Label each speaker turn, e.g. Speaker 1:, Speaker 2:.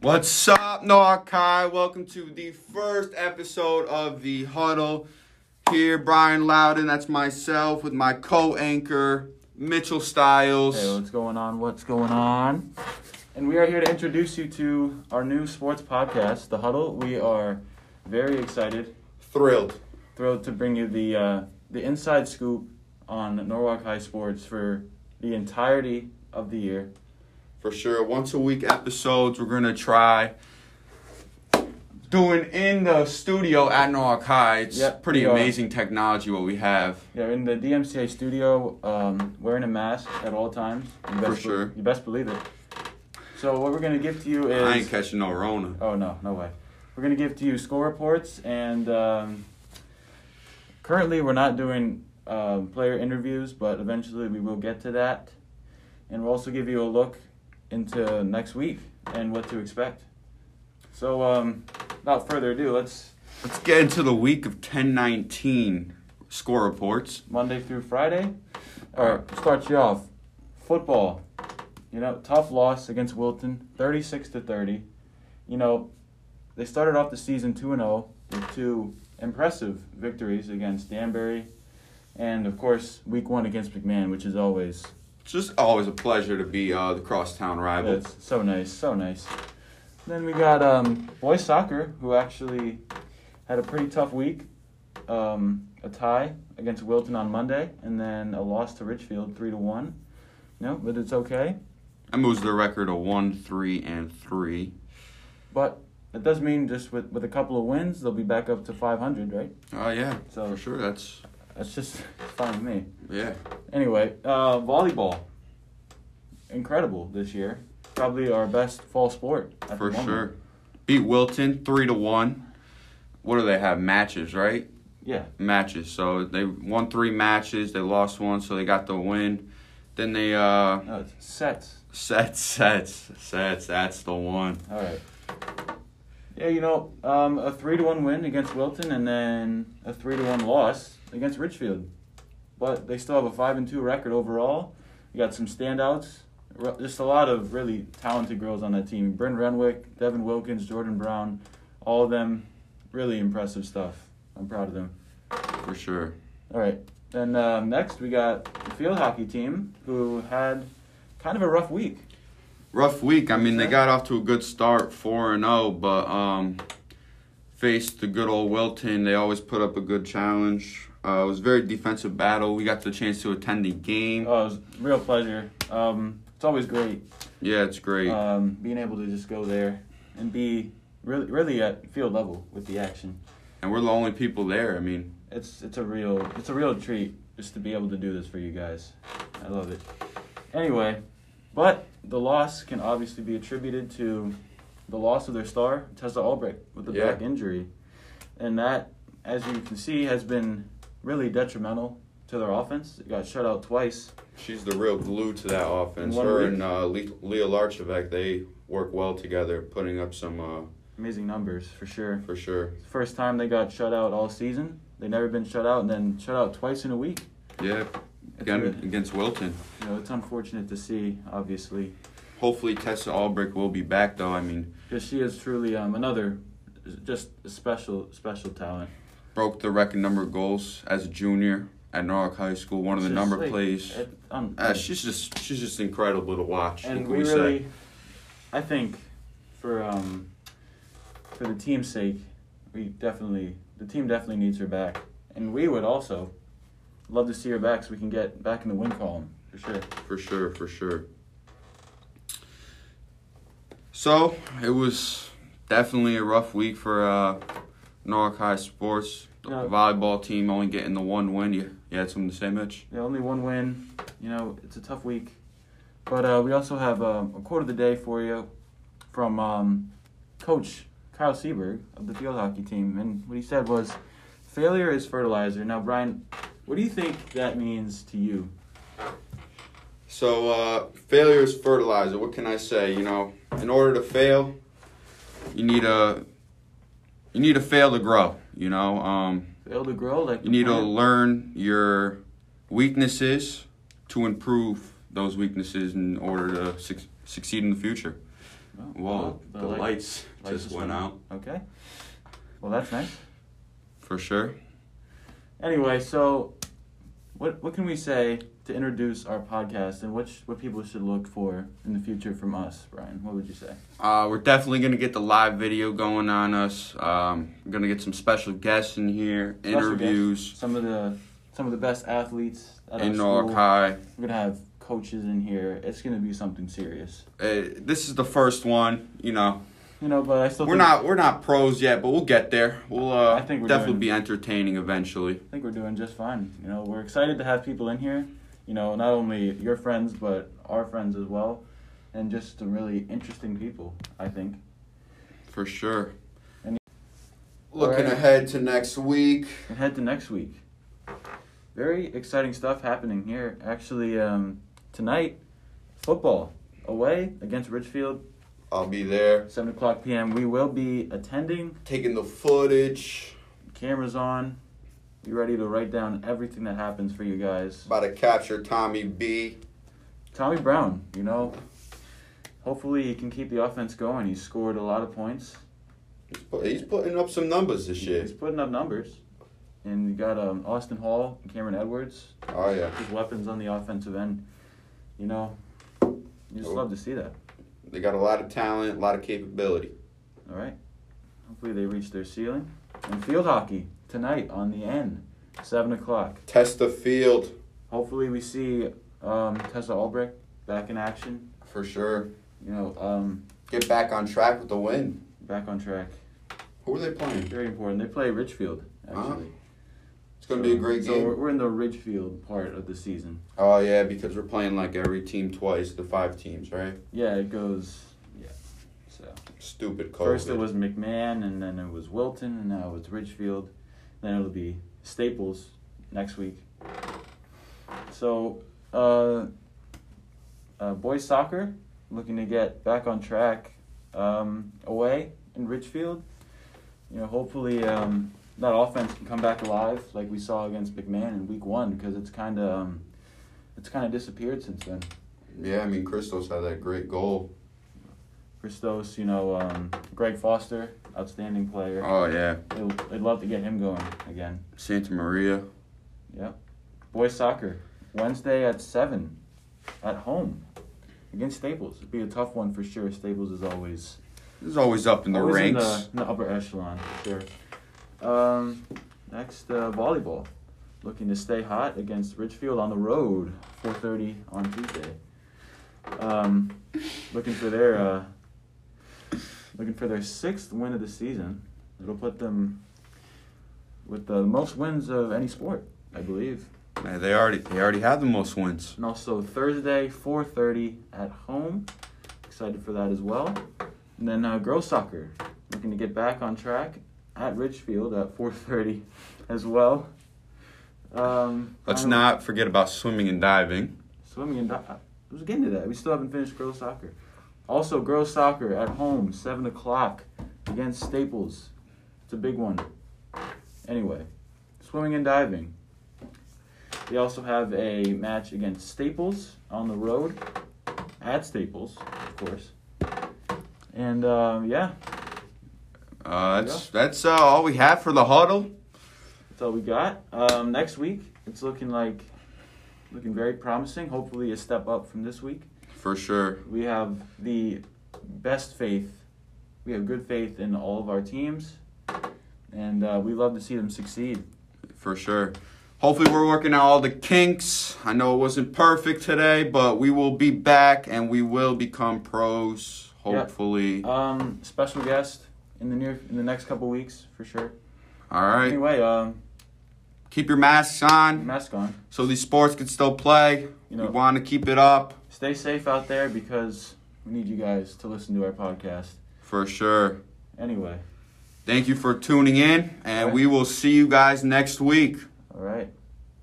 Speaker 1: What's up, Noakai? Welcome to the first episode of The Huddle. Here, Brian Loudon, that's myself, with my co anchor, Mitchell Stiles.
Speaker 2: Hey, what's going on? What's going on? And we are here to introduce you to our new sports podcast, The Huddle. We are very excited,
Speaker 1: Thrilled.
Speaker 2: thrilled to bring you the uh, the inside scoop on Norwalk High sports for the entirety of the year.
Speaker 1: For sure. Once a week episodes, we're going to try doing in the studio at Noakai. It's
Speaker 2: Yep,
Speaker 1: pretty
Speaker 2: we are.
Speaker 1: amazing technology what we have.
Speaker 2: Yeah, in the DMCA studio, um, wearing a mask at all times. You best
Speaker 1: For sure.
Speaker 2: You best believe it. So what we're gonna give to you is
Speaker 1: I ain't catching no Rona.
Speaker 2: Oh no, no way. We're gonna give to you score reports and um, currently we're not doing um, player interviews, but eventually we will get to that. And we'll also give you a look into next week and what to expect. So um, without further ado, let's
Speaker 1: Let's get into the week of 1019 score reports.
Speaker 2: Monday through Friday, or start you off football. You know, tough loss against Wilton, 36 to 30. You know, they started off the season 2 and 0 with two impressive victories against Danbury and of course week 1 against McMahon, which is always
Speaker 1: It's just always a pleasure to be uh, the crosstown rival.
Speaker 2: it's so nice, so nice. Then we got um, boys soccer who actually had a pretty tough week. Um, a tie against Wilton on Monday, and then a loss to Ridgefield, three to one. No, but it's okay.
Speaker 1: That moves the record to one, three, and three.
Speaker 2: But it does mean just with, with a couple of wins, they'll be back up to 500, right?
Speaker 1: Oh yeah,
Speaker 2: So-
Speaker 1: for sure. That's
Speaker 2: That's just fine with me.
Speaker 1: yeah.
Speaker 2: Anyway, uh, volleyball, incredible this year. Probably our best fall sport. At the
Speaker 1: For
Speaker 2: moment.
Speaker 1: sure. Beat Wilton three to one. What do they have? Matches, right?
Speaker 2: Yeah.
Speaker 1: Matches. So they won three matches. They lost one, so they got the win. Then they uh
Speaker 2: No, it's sets.
Speaker 1: sets, sets, sets. That's the one.
Speaker 2: All right. Yeah, you know, um, a three to one win against Wilton, and then a three to one loss against Richfield. But they still have a five and two record overall. You got some standouts, Ru- just a lot of really talented girls on that team. Bryn Renwick, Devin Wilkins, Jordan Brown, all of them, really impressive stuff. I'm proud of them.
Speaker 1: For sure.
Speaker 2: All right. Then um, next we got the field hockey team, who had kind of a rough week.
Speaker 1: rough week. I mean, they got off to a good start, four and zero, but um, faced the good old Wilton. They always put up a good challenge. Uh, it was a very defensive battle. We got the chance to attend the game.
Speaker 2: Oh, it was a real pleasure. Um, it's always great
Speaker 1: Yeah, it's great.
Speaker 2: um, being able to just go there and be really really at field level with the action.
Speaker 1: And we're the only people there. I mean,
Speaker 2: It's it's a real it's a real treat just to be able to do this for you guys. I love it. Anyway, but the loss can obviously be attributed to the loss of their star Tessa Albrecht with the
Speaker 1: Yeah.
Speaker 2: back injury, and that as you can see has been really detrimental to their offense. It got shut out twice.
Speaker 1: she's the real glue to that offense.
Speaker 2: One
Speaker 1: Her
Speaker 2: week.
Speaker 1: and uh, Le- Leah Larchevek, they work well together, putting up some uh,
Speaker 2: Amazing numbers for sure.
Speaker 1: for sure.
Speaker 2: First time they got shut out all season. They never been shut out, and then shut out twice in a week.
Speaker 1: Yeah,
Speaker 2: It's
Speaker 1: again
Speaker 2: really-
Speaker 1: against Wilton.
Speaker 2: you know, it's unfortunate to see. Obviously,
Speaker 1: Hopefully, Tessa Albrecht will be back though. I mean,
Speaker 2: because she is truly um, another, just a special special talent.
Speaker 1: broke the record number of goals as a junior at Norwalk High School. One of the
Speaker 2: Just
Speaker 1: number
Speaker 2: like,
Speaker 1: plays.
Speaker 2: it- um,
Speaker 1: Uh, she's just she's just incredible to watch.
Speaker 2: and
Speaker 1: what
Speaker 2: we
Speaker 1: can
Speaker 2: really,
Speaker 1: say?
Speaker 2: I think, for um, for the team's sake, we definitely the team definitely needs her back, and we would also love to see her back so we can get back in the win column for sure.
Speaker 1: for sure, for sure. So it was definitely a rough week for uh, Norwalk High sports. The
Speaker 2: No.
Speaker 1: volleyball team only getting the one win. You, you had something to say, Mitch?
Speaker 2: Yeah, only one win. You know, it's a tough week. But uh, we also have um, a quote of the day for you from um, Coach Kyle Seberg of the field hockey team. And what he said was, failure is fertilizer. Now, Brian, what do you think that means to you?
Speaker 1: So uh, failure is fertilizer. What can I say? You know, in order to fail, you need a you need to fail to grow. You know, um,
Speaker 2: Fail to grow? Like
Speaker 1: You need to
Speaker 2: a
Speaker 1: learn your weaknesses to improve those weaknesses in order to suc succeed in the future. Whoa,
Speaker 2: the
Speaker 1: the,
Speaker 2: light-
Speaker 1: lights,
Speaker 2: lights
Speaker 1: just went out
Speaker 2: Okay. Well, that's nice.
Speaker 1: for sure.
Speaker 2: Anyway, so what what can we say to introduce our podcast and what sh- what people should look for in the future from us, Brian? What would you say?
Speaker 1: Uh, we're definitely gonna get the live video going on us. Um, we're gonna get some special guests in here,
Speaker 2: Special
Speaker 1: interviews
Speaker 2: Some of the some of the best athletes at
Speaker 1: in
Speaker 2: our
Speaker 1: Norwalk
Speaker 2: school.
Speaker 1: High.
Speaker 2: We're gonna have coaches in here. It's gonna be something serious,
Speaker 1: Uh, this is the first one, you know.
Speaker 2: you know. But I still
Speaker 1: We're
Speaker 2: think,
Speaker 1: not we're not pros yet, but we'll get there. We'll uh,
Speaker 2: I think we're
Speaker 1: definitely
Speaker 2: doing-
Speaker 1: be entertaining eventually.
Speaker 2: I think we're doing just fine. You know, we're excited to have people in here. You know, not only your friends but our friends as well, and just some really interesting people. I think.
Speaker 1: For sure.
Speaker 2: And-
Speaker 1: Looking
Speaker 2: Alright.
Speaker 1: ahead to next week.
Speaker 2: and head to next week. Very exciting stuff happening here. Actually, um, tonight, football away against Ridgefield,
Speaker 1: I'll be there.
Speaker 2: 7 o'clock p.m. We will be attending,
Speaker 1: Taking the footage.
Speaker 2: cameras on. Be ready to write down everything that happens for you guys.
Speaker 1: About to capture Tommy B.
Speaker 2: Tommy Brown, you know, hopefully he can keep the offense going. He's scored a lot of points,
Speaker 1: He's, put, he's putting up some numbers this year.
Speaker 2: he's putting up numbers. And you got um, Austin Hall and Cameron Edwards,
Speaker 1: Oh yeah.
Speaker 2: his weapons on the offensive end. You know, you just
Speaker 1: Oh.
Speaker 2: love to see that.
Speaker 1: They got a lot of talent, a lot of capability.
Speaker 2: All right. Hopefully they reach their ceiling. And field hockey tonight on the N, seven o'clock.
Speaker 1: Test the field
Speaker 2: Hopefully we see um, Tessa Albrecht back in action.
Speaker 1: for sure.
Speaker 2: You know, um,
Speaker 1: Get back on track with the win.
Speaker 2: back on track.
Speaker 1: Who are they playing?
Speaker 2: Very important. They play Ridgefield
Speaker 1: Ah,
Speaker 2: actually.
Speaker 1: It's gonna be a great
Speaker 2: So we're,
Speaker 1: game.
Speaker 2: we're in the Ridgefield part of the season.
Speaker 1: Oh yeah, because we're playing like every team twice, the five teams, right?
Speaker 2: Yeah, it goes. Yeah. So
Speaker 1: Stupid COVID.
Speaker 2: first it was McMahon, and then it was Wilton, and now it's Ridgefield. Then it'll be Staples next week. So, uh, uh, boys soccer looking to get back on track um, away in Ridgefield. You know, hopefully um, that offense can come back alive like we saw against McMahon in Week One because it's kind of um, it's kind of disappeared since then.
Speaker 1: Yeah, I mean Christos had that great goal.
Speaker 2: Christos, you know, um, Greg Foster, outstanding player.
Speaker 1: Oh yeah,
Speaker 2: They'd they'd love to get him going again.
Speaker 1: Santa Maria.
Speaker 2: Boys soccer Wednesday at seven, at home, against Staples. It'd be a tough one for sure. Staples is always
Speaker 1: It's always up in the
Speaker 2: always in
Speaker 1: ranks.
Speaker 2: the, in the upper echelon for sure. Um, next uh, volleyball, looking to stay hot against Ridgefield on the road, four thirty on Tuesday. Um, looking for their uh, looking for their sixth win of the season. It'll put them with the most wins of any sport, I believe.
Speaker 1: Man, they already they already have the most wins.
Speaker 2: And also Thursday, 4:30 at home. Excited for that as well. And then uh, girls soccer, looking to get back on track at Ridgefield at 4:30 as well. Um,
Speaker 1: Let's
Speaker 2: final-
Speaker 1: not forget about swimming and diving.
Speaker 2: swimming and di- I was getting to that. We still haven't finished girls soccer. Also, girls soccer at home, seven o'clock against Staples. It's a big one. Anyway, swimming and diving. They also have a match against Staples on the road, at Staples, of course. And um, yeah,
Speaker 1: Uh, that's that's uh, all we have for the huddle.
Speaker 2: That's all we got. Um, next week, it's looking like looking very promising. Hopefully, a step up from this week.
Speaker 1: For sure.
Speaker 2: We have the best faith. We have good faith in all of our teams, and uh, we love to see them succeed.
Speaker 1: For sure. Hopefully, we're working out all the kinks. I know it wasn't perfect today, but we will be back and we will become pros,
Speaker 2: Yeah.
Speaker 1: hopefully.
Speaker 2: Um, special guest in the near in the next couple weeks for sure.
Speaker 1: All right.
Speaker 2: Anyway, um,
Speaker 1: Keep your masks on
Speaker 2: mask on.
Speaker 1: so these sports can still play.
Speaker 2: You know,
Speaker 1: we want to keep it up
Speaker 2: stay safe out there because we need you guys to listen to our podcast.
Speaker 1: for sure.
Speaker 2: Anyway,
Speaker 1: Thank you for tuning in, and
Speaker 2: Alright.
Speaker 1: we will see you guys next week.
Speaker 2: all right.